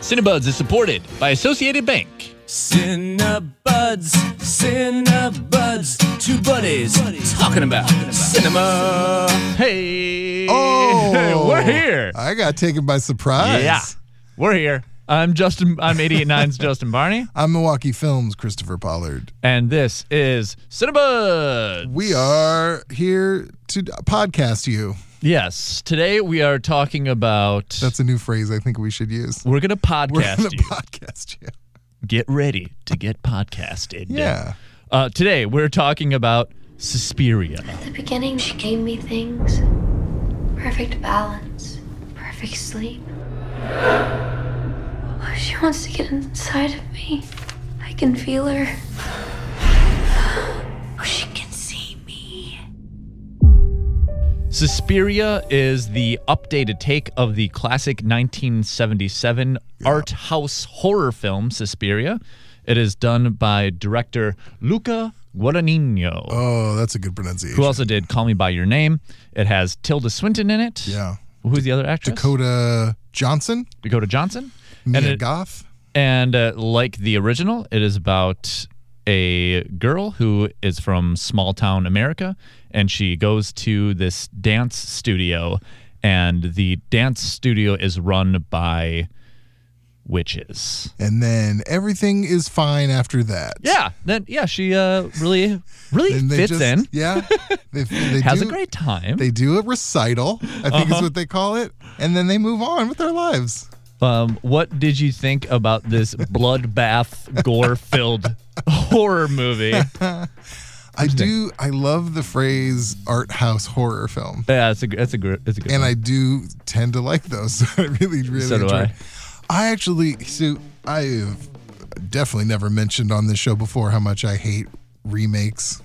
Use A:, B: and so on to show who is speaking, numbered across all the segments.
A: Cinebuds is supported by Associated Bank.
B: Cinebuds, Cinebuds, two buddies, talking about cinema.
A: Hey.
C: Oh.
A: We're here.
C: I got taken by surprise.
A: Yeah. We're here. I'm Justin. I'm 889's Justin Barney,
C: I'm Milwaukee Films, Christopher Pollard.
A: and this is Cinebuds.
C: We are here to podcast you.
A: Yes. Today we are talking about.
C: That's a new phrase I think we should use.
A: we're going to
C: We're going
A: podcast
C: to
A: you.
C: podcast you.
A: Get ready to get podcasted.
C: Yeah.
A: Uh, today we're talking about Suspiria.
D: At the beginning, she gave me things perfect balance, perfect sleep. Oh, She wants to get inside of me. I can feel her. Oh, she can see me.
A: Suspiria is the updated take of the classic 1977 art house horror film Suspiria. It is done by director Luca Guadagnino,
C: Oh, that's a good pronunciation.
A: who also did Call Me by Your Name. it has Tilda Swinton in it.
C: yeah.
A: Who's the other actress?
C: Dakota Johnson,
A: Dakota Johnson. And,
C: Mia
A: it,
C: Goth.
A: and uh, like the original, it is about a girl who is from small town America, and she goes to this dance studio, and the dance studio is run by witches.
C: And then everything is fine after that.
A: Yeah, then yeah, she uh, really really
C: And they
A: fits
C: just-
A: in,
C: Yeah. They, they
A: has
C: do,
A: a great time.
C: They do a recital, I think
A: Uh-huh.
C: is what they call it. And then they move on with their lives.
A: um, what did you think about this bloodbath, gore-filled horror movie?
C: I do. I love the phrase art house horror film.
A: Yeah, it's a it's a gr- it's a good.
C: and
A: one.
C: I do tend to like those. So I really, really
A: So do
C: enjoy.
A: I.
C: it. I actually, so I have definitely never mentioned on this show before how much I hate remakes.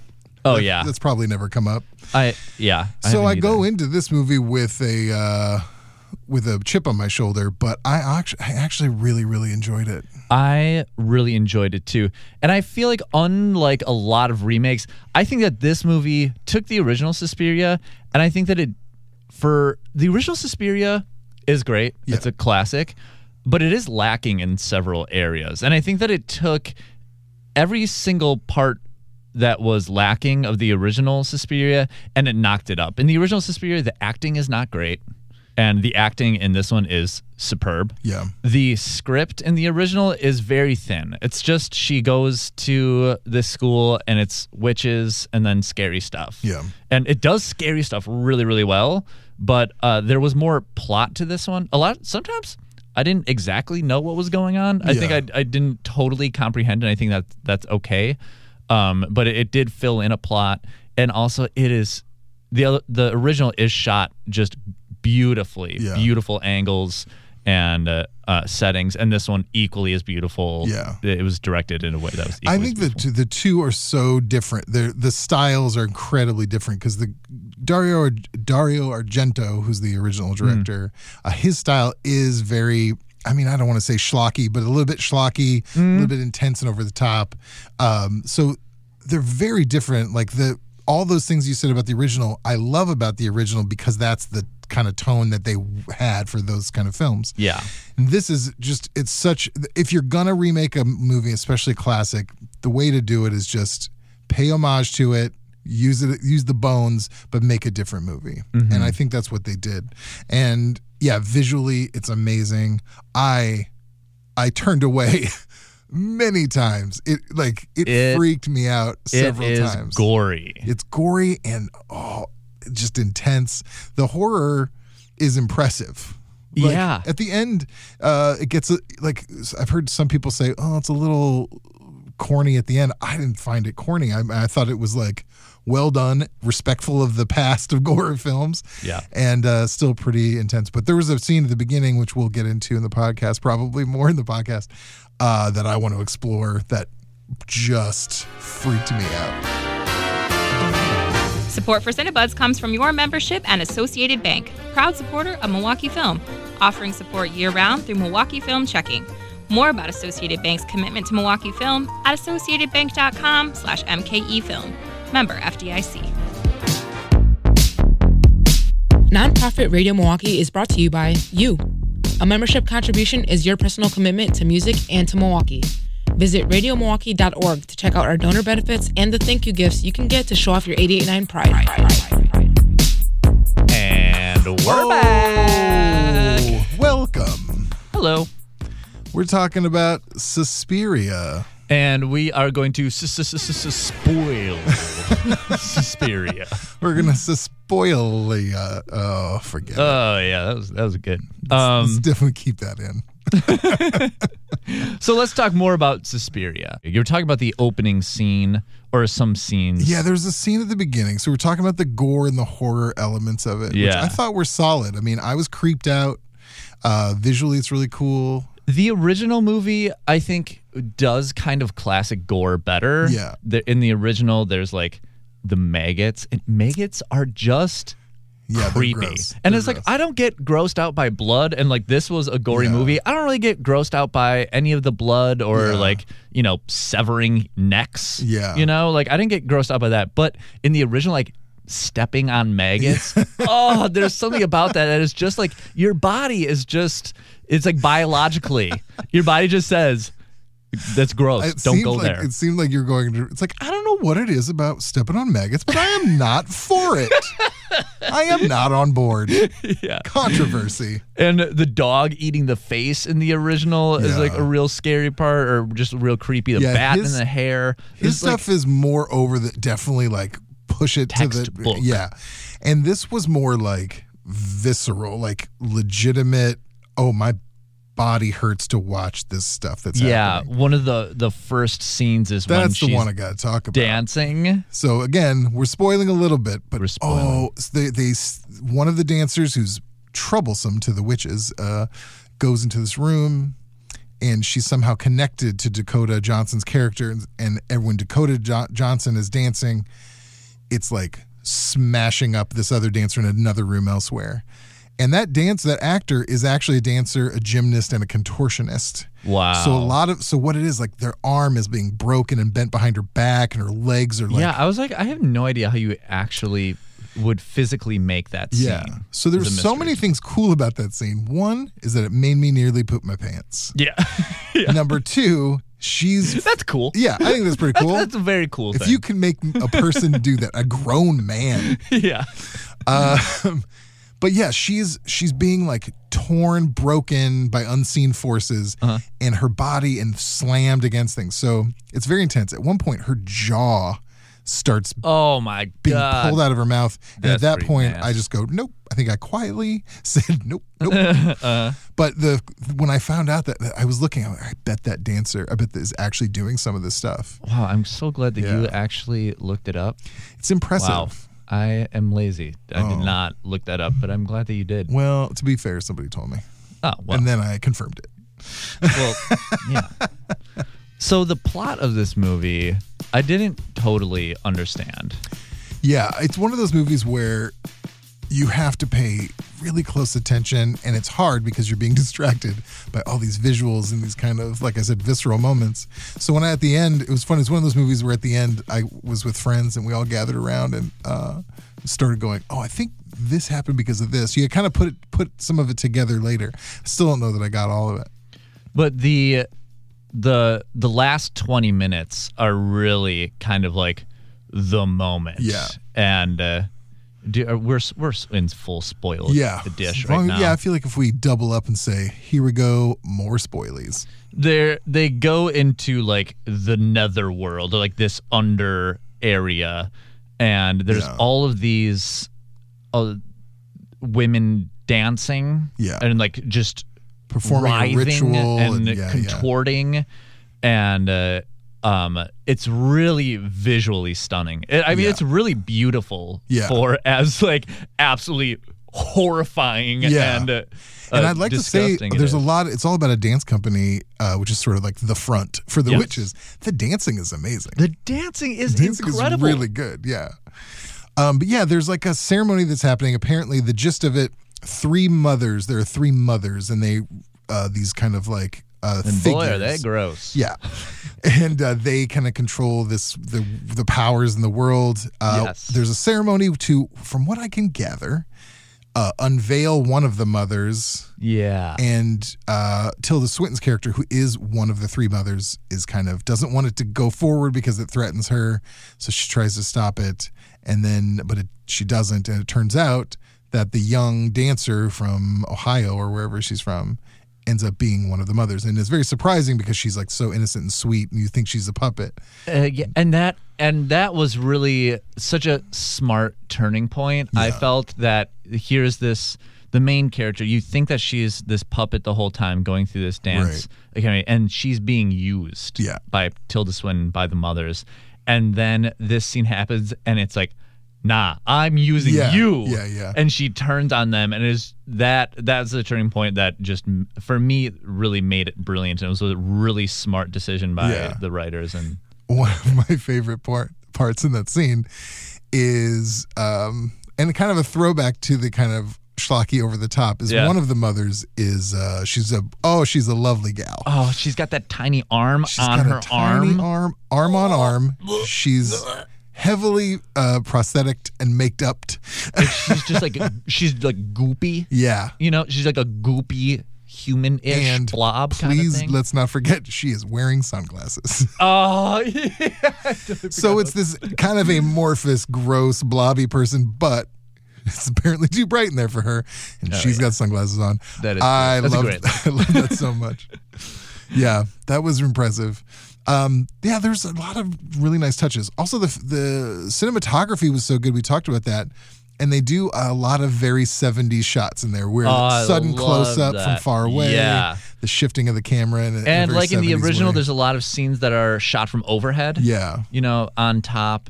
A: oh yeah,
C: That's probably never come up.
A: I yeah.
C: so
A: haven't
C: I
A: either.
C: go into this movie with a uh, with a chip on my shoulder, but I actually, I actually really, really enjoyed it.
A: I really enjoyed it too. And I feel like, unlike a lot of remakes, I think that this movie took the original Suspiria, and I think that it, for the original Suspiria, is great. It's a classic, but it is lacking in several areas. And I think that it took every single part that was lacking of the original Suspiria and it knocked it up. In the original Suspiria, the acting is not great, and the acting in this one is superb
C: Yeah,
A: the script in the original is very thin. It's just she goes to this school and it's witches and then scary stuff.
C: Yeah.
A: And it does scary stuff really, really well. But uh, there was more plot to this one. A lot, sometimes I didn't exactly know what was going on. I
C: Yeah.
A: think I, I didn't totally comprehend and I think that that's okay. Um, but it, it did fill in a plot. And also, it is the, other- the original is shot just beautifully,
C: Yeah.
A: beautiful angles and uh, uh, settings, and this one equally as beautiful.
C: Yeah.
A: it was directed in a way that was. Equally
C: I
A: as
C: think the
A: beautiful.
C: two, the two are so different. They're, the styles are incredibly different because the Dario Dario Argento, who's the original
A: Hmm.
C: director, uh, his style is very. I mean, I don't want to say schlocky, but a little bit schlocky,
A: Hmm.
C: a little bit intense and over the top. Um, so they're very different. Like the all those things you said about the original, I love about the original because that's the kind of tone that they had for those kind of films.
A: yeah,
C: And this is just it's such if you're gonna remake a movie especially classic the way to do it is just pay homage to it use it use the bones but make a different movie
A: Mm-hmm.
C: and i think that's what they did and yeah visually it's amazing i i turned away many times it like it,
A: It-
C: freaked me out
A: it
C: several
A: is
C: times
A: gory.
C: it's gory and oh, just intense. The horror is impressive. Like,
A: Yeah.
C: At the end, uh, it gets uh, like I've heard some people say, "Oh, it's a little corny at the end." I didn't find it corny. I, I thought it was like well done, respectful of the past of gore films.
A: Yeah.
C: And uh, still pretty intense. But there was a scene at the beginning, which we'll get into in the podcast, probably more in the podcast, uh, that I want to explore that just freaked me out.
E: Support for Cinebuds comes from your membership and Associated Bank, proud supporter of Milwaukee Film, offering support year round through Milwaukee Film Checking. More about Associated Bank's commitment to Milwaukee Film at associatedbank.com slash mkefilm. Member FDIC.
F: Nonprofit Radio Milwaukee is brought to you by you. A membership contribution is your personal commitment to music and to Milwaukee. Visit radiomilwaukee.org to check out our donor benefits and the thank you gifts you can get to show off your 889 pride.
A: And we're back.
C: Oh, welcome.
A: Hello.
C: We're talking about Suspiria.
A: And we are going to s- s- s- s- spoil Suspiria.
C: We're gonna
A: Hmm.
C: spoil the. Uh, oh, forget. it.
A: Oh yeah, that was that was good.
C: Let's
A: Um,
C: definitely keep that in.
A: so let's talk more about Suspiria. You're talking about the opening scene or some scenes.
C: Yeah, there's a scene at the beginning. So we're talking about the gore and the horror elements of it, which
A: Yeah.
C: I thought were solid. I mean, I was creeped out. Uh, visually, it's really cool.
A: The original movie, I think, does kind of classic gore better.
C: Yeah.
A: The, in the original, there's like the maggots, and maggots are just
C: Yeah, they're
A: creepy.
C: gross.
A: And
C: They're
A: it's like
C: gross.
A: I don't get grossed out by blood, and like this was a gory
C: Yeah.
A: movie. I don't really get grossed out by any of the blood or
C: Yeah.
A: like you know severing necks.
C: Yeah.
A: you know, like I didn't get grossed out by that. But in the original, like stepping on maggots, oh, there's something about that that is just like your body is just it's like biologically your body just says that's gross.
C: It
A: don't
C: seemed
A: go
C: like,
A: there.
C: It seemed like you're going to. It's like I don't know what it is about stepping on maggots, but I am not for it. I am not on board.
A: Yeah.
C: Controversy.
A: And the dog eating the face in the original is
C: Yeah.
A: like a real scary part, or just real creepy. The
C: Yeah,
A: bat
C: his-
A: and the hair.
C: His
A: It's like-
C: stuff is more over the definitely like push it to the
A: Textbook.
C: yeah, and this was more like visceral, like legitimate. Oh, my body hurts to watch this stuff. That's
A: yeah,
C: happening.
A: one of the the first scenes is when
C: That's
A: she's
C: the one I gotta talk about.
A: dancing.
C: So again, we're spoiling a little bit, but
A: We're spoiling.
C: oh, s- they, they s- one of the dancers who's troublesome to the witches uh, goes into this room, and she's somehow connected to Dakota Johnson's character, and, and when Dakota jo- Johnson is dancing, it's like smashing up this other dancer in another room elsewhere. And that dance, that actor is actually a dancer, a gymnast, and a contortionist.
A: Wow.
C: So a lot of so what it is like their arm is being broken and bent behind her back, and her legs are like
A: yeah, I was like, I have no idea how you actually would physically make that scene.
C: Yeah. So
A: It's
C: there's
A: a
C: so
A: mystery
C: many
A: to
C: things cool about that scene. One is that it made me nearly poop my pants.
A: Yeah, yeah.
C: Number two, she's
A: that's cool.
C: yeah, I think that's pretty cool.
A: That's a very cool
C: if
A: thing.
C: you can make a person do that, a grown man.
A: yeah,
C: Um, but yeah, she's she's being like torn, broken by unseen forces,
A: Uh-huh.
C: and her body and slammed against things. So it's very intense. At one point, her jaw starts
A: oh my
C: being
A: god.
C: pulled out of her mouth. And at
A: That's
C: that
A: pretty
C: point, I
A: nasty.
C: just go, nope. I think I quietly said, nope, nope.
A: Uh-huh.
C: but the when I found out that, that I was looking, I'm like, I bet that dancer, I bet that is actually doing some of this stuff.
A: Wow, I'm so glad that you
C: Yeah.
A: actually looked it up.
C: It's impressive.
A: Wow. I am lazy. I
C: Oh.
A: did not look that up, but I'm glad that you did.
C: Well, to be fair, somebody told me,
A: Oh, well,
C: and then I confirmed it.
A: well yeah. So the plot of this movie, I didn't totally understand.
C: Yeah, it's one of those movies where you have to pay really close attention, and it's hard because you're being distracted by all these visuals and these kind of, like I said, visceral moments. So when I at the end, it was fun. It's one of those movies where at the end I was with friends and we all gathered around and uh, started going, "Oh, I think this happened because of this." You kind of put it, put some of it together later. I still don't know that I got all of it.
A: But the the the last 20 minutes are really kind of like the moment.
C: Yeah.
A: And uh do, uh, we're s- we're s- in full spoil
C: Yeah,
A: the dish
C: As long-
A: right now.
C: Yeah, I feel like if we double up and say, "Here we go," more spoilies.
A: they they go into like the netherworld or like this under area and there's
C: Yeah.
A: all of these uh, women dancing
C: Yeah.
A: and like just
C: Performing a
A: writhing
C: ritual
A: and,
C: and- yeah, yeah.
A: contorting and uh, um it's really visually stunning i I mean
C: Yeah.
A: it's really beautiful
C: Yeah.
A: for as like absolutely horrifying
C: Yeah.
A: and uh,
C: and
A: uh,
C: I'd like to say
A: disgusting it
C: there's a
A: is.
C: lot. It's all about a dance company, uh, which is sort of like the front for the
A: Yes.
C: witches. The dancing is amazing.
A: the dancing is
C: dancing
A: incredible
C: is really good. Yeah. Um, but yeah, there's like a ceremony that's happening. Apparently, the gist of it: three mothers. There are three mothers, and they uh, these kind of like uh,
A: And boy, are they
C: figures.
A: gross.
C: Yeah, and uh, they kind of control this the the powers in the world. Uh,
A: Yes.
C: There's a ceremony to, from what I can gather, uh, unveil one of the mothers,
A: Yeah.
C: and uh, Tilda Swinton's character, who is one of the three mothers, is kind of doesn't want it to go forward because it threatens her, so she tries to stop it, and then but it, she doesn't, and it turns out that the young dancer from Ohio or wherever she's from ends up being one of the mothers, and it's very surprising because she's like so innocent and sweet, and you think she's a puppet.
A: Uh, yeah, and that and that was really such a smart turning point. I felt that here's this the main character. You think that she's this puppet the whole time going through this dance, okay, and she's being used
C: Yeah.
A: by Tilda Swinton by the mothers, and then this scene happens, and it's like. Nah, I'm using
C: Yeah,
A: you.
C: yeah, yeah.
A: And she turns on them, and is that that's the turning point that just m- for me really made it brilliant. And it was a really smart decision by
C: Yeah.
A: the writers and
C: one of my favorite part, parts in that scene is um and kind of a throwback to the kind of schlocky over the top is
A: Yeah.
C: one of the mothers is uh she's a oh she's a lovely gal
A: Oh, she's got that tiny arm
C: she's
A: on
C: got
A: her
C: a tiny
A: arm.
C: arm arm on arm she's heavily uh prosthetic and maked up
A: She's just like she's like goopy.
C: yeah
A: You know, she's like a goopy human-ish
C: and
A: blob kind of
C: please
A: thing.
C: let's not forget she is wearing sunglasses
A: oh, yeah.
C: So it's this kind of amorphous, gross, blobby person, but it's apparently too bright in there for her, and she's got sunglasses on.
A: Oh, That is
C: I
A: great. That's
C: love
A: great.
C: I love that so much. yeah, that was impressive. Um, yeah, there's a lot of really nice touches. Also, the the cinematography was so good. We talked about that. And they do a lot of very 70s shots in there, where
A: Oh, I
C: sudden
A: love
C: close up from
A: that.
C: far away,
A: Yeah.
C: the shifting of the camera, and,
A: and like in the original,
C: there's.
A: there's a lot of scenes that are shot from overhead.
C: Yeah.
A: you know, on top,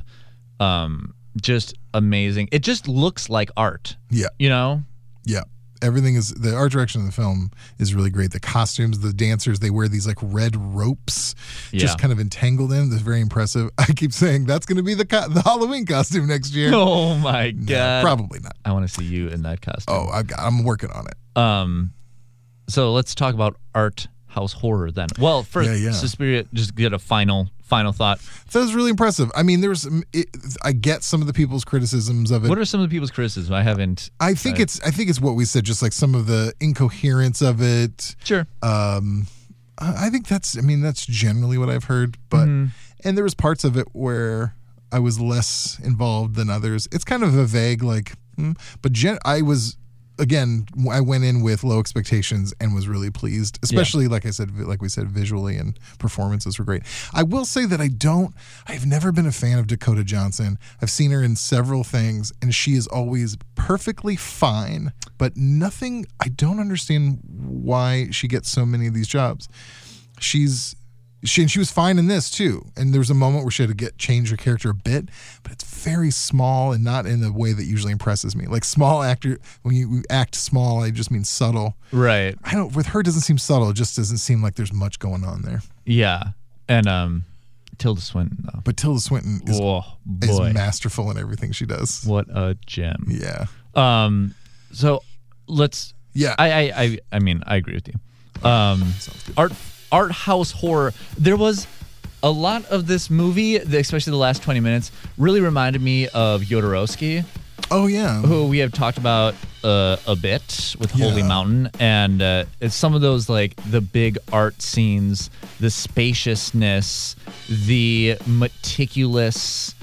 A: um, just amazing. It just looks like art.
C: Yeah.
A: you know.
C: Yeah. Everything is the art direction of the film is really great. The costumes, the dancers, they wear these like red ropes,
A: Yeah.
C: just kind of entangled in. That's very impressive. I keep saying that's going to be the co- the Halloween costume next year.
A: Oh my god!
C: probably not.
A: I want to see you in that costume.
C: Oh, I've got. I'm working on it.
A: Um, so let's talk about art house horror then. Well, first,
C: Yeah, yeah.
A: Suspiria. Just get a final, final thought.
C: That was really impressive. I mean, there's. mm, It, I get some of the people's criticisms of it.
A: What are some of the people's criticisms? I haven't.
C: I think it's. I think it's what we said. Just like some of the incoherence of it.
A: Sure.
C: um I I think that's I mean that's generally what I've heard but and there was parts of it where I was less involved than others it's kind of a vague like hmm, but gen- I was again w- I went in with low expectations and was really pleased especially like I said vi- like we said visually and performances were great I will say that I don't I've never been a fan of Dakota Johnson I've seen her in several things and she is always perfectly fine but nothing I don't understand why she gets so many of these jobs she's she and she was fine in this too. And there was a moment where she had to get change her character a bit, but it's very small and not in the way that usually impresses me. Like small actor, when you act small, I just mean subtle.
A: Right.
C: I don't. With her, it doesn't seem subtle. It just doesn't seem like there's much going on there.
A: Yeah. And um, Tilda Swinton though.
C: But Tilda Swinton is,
A: oh
C: is
A: boy,
C: masterful in everything she does.
A: what a gem.
C: Yeah,
A: Um, so let's.
C: yeah.
A: I, I, I, I mean, I agree with you. Um,
C: Sounds good.
A: art, art house horror. There was a lot of this movie, especially the last twenty minutes, really reminded me of Yoderowski.
C: oh yeah.
A: who we have talked about uh, a bit with Holy
C: Yeah.
A: Mountain, and uh, it's some of those like the big art scenes, the spaciousness, the meticulous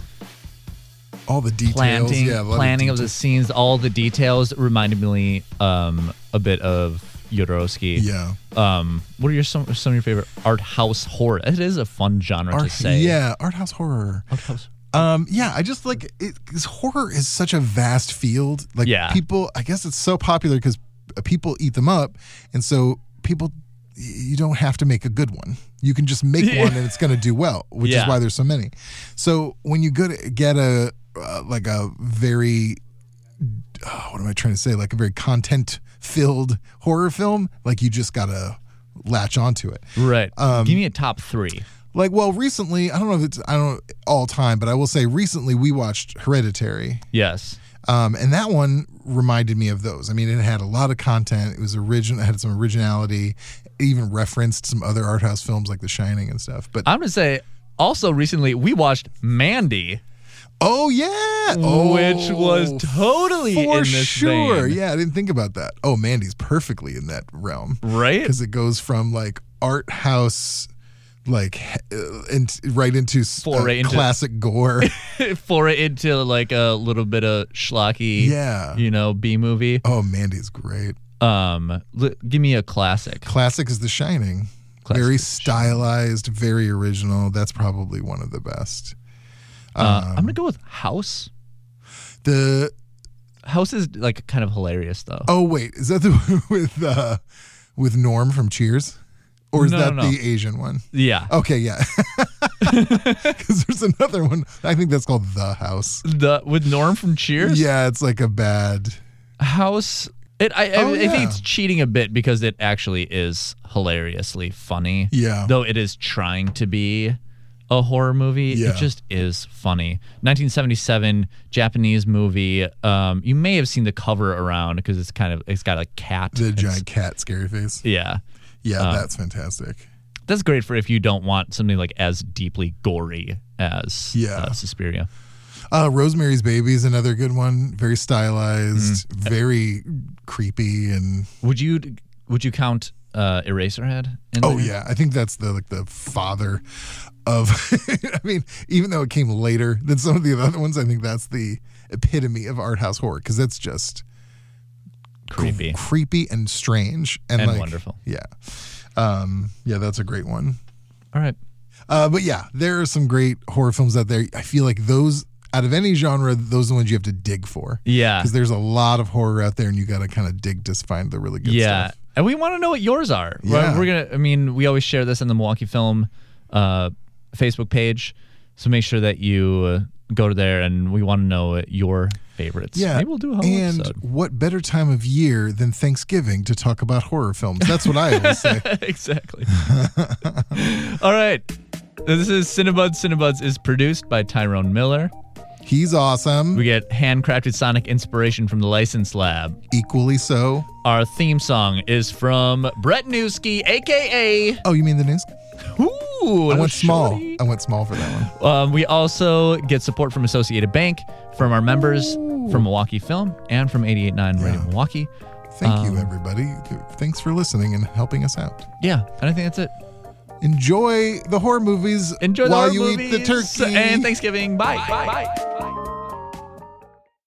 C: All the details.
A: planting,
C: yeah, a lot
A: planning of,
C: detail.
A: the scenes, all the details reminded me um, a bit of Yoderowski.
C: Yeah.
A: Um, what are your some some of your favorite art house horror? It is a fun genre to
C: Art,
A: say.
C: yeah, art house horror.
A: Art house.
C: Um, yeah, I just like it because horror is such a vast field. Like
A: Yeah.
C: people, I guess it's so popular because people eat them up, and so people, y- you don't have to make a good one. You can just make one, and it's going to do well, which
A: Yeah.
C: is why there's so many. So when you go to get a uh, like a very oh, what am I trying to say? Like a very content filled horror film, like you just gotta latch onto it.
A: Right.
C: Um,
A: Give me a top three.
C: Like, well, recently, I don't know if it's I don't all time, but I will say recently we watched Hereditary,
A: Yes.
C: um, and that one reminded me of those. I mean, it had a lot of content. It was original. It had some originality. It even referenced some other art house films like The Shining and stuff. But
A: I'm gonna say. Also, recently we watched Mandy.
C: Oh yeah, oh,
A: which was totally
C: for
A: in this
C: sure.
A: vein.
C: Yeah, I didn't think about that. Oh, Mandy's perfectly in that realm,
A: Right?
C: Because it goes from like art house, like, uh, and right into s- uh,
A: Foray into-
C: classic gore.
A: foray into like a little bit of schlocky,
C: Yeah.
A: you know, B movie.
C: oh, Mandy's great.
A: Um, l- give me a classic.
C: Classic is The Shining.
A: Classic
C: very
A: is The
C: stylized, very original. That's probably one of the best.
A: Uh, I'm
C: Um,
A: gonna go with House.
C: The
A: House is like kind of hilarious though.
C: oh wait, is that the one with uh, with Norm from Cheers, or is
A: No,
C: that
A: no, no.
C: the Asian one?
A: Yeah,
C: Okay, yeah. Because there's another one. I think that's called The House.
A: the with Norm from Cheers.
C: Yeah, it's like a bad.
A: House. It, I, I,
C: Oh,
A: I
C: yeah.
A: think it's cheating a bit because it actually is hilariously funny.
C: Yeah.
A: Though it is trying to be a horror movie,
C: Yeah.
A: it just is funny. 1977 Japanese movie. Um, you may have seen the cover around because it's kind of it's got a cat.
C: The
A: It's- Uh.
C: giant cat scary face.
A: Yeah.
C: Yeah, that's fantastic.
A: That's great for if you don't want something like as deeply gory as
C: Yeah.
A: uh, Suspiria.
C: Uh, Rosemary's Baby is another good one. Very stylized,
A: Mm.
C: very creepy, and
A: Would you would you count uh, Eraserhead? In
C: oh
A: there?
C: yeah, I think that's the like the father of. I mean, even though it came later than some of the other ones, I think that's the epitome of art house horror because that's just
A: creepy.
C: creepy and strange and,
A: And
C: like,
A: wonderful.
C: Yeah, um, yeah, that's a great one.
A: All right.
C: Uh, but yeah, there are some great horror films out there. I feel like those out of any genre, those are the ones you have to dig for.
A: Yeah.
C: Because there's a lot of horror out there, and you got to kind of dig to find the really good
A: yeah.
C: stuff.
A: And we want to know what yours are. We're-
C: Yeah.
A: We're gonna. I mean, we always share this on the Milwaukee Film uh, Facebook page, so make sure that you uh, go to there, and we want to know your favorites.
C: Yeah.
A: Maybe we'll do a whole
C: And
A: episode.
C: what better time of year than Thanksgiving to talk about horror films? That's what I always say.
A: exactly. All right. This is Cinebuds. Cinebuds is produced by Tyrone Miller.
C: He's awesome.
A: We get handcrafted sonic inspiration from the License Lab.
C: Equally so.
A: Our theme song is from Brett Newski, aka.
C: Oh, you mean the news?
A: Ooh,
C: I went small.
A: shorty.
C: I went small for that one.
A: Um, we also get support from Associated Bank, from our members, from Milwaukee Film, and from 88.9 Radio
C: Yeah.
A: Milwaukee.
C: Thank
A: Um,
C: you, everybody. Thanks for listening and helping us out.
A: Yeah, and I think that's it.
C: Enjoy the horror movies
A: Enjoy the
C: while
A: horror
C: you
A: movies
C: eat the turkey.
A: and Thanksgiving. Bye. Bye. Bye.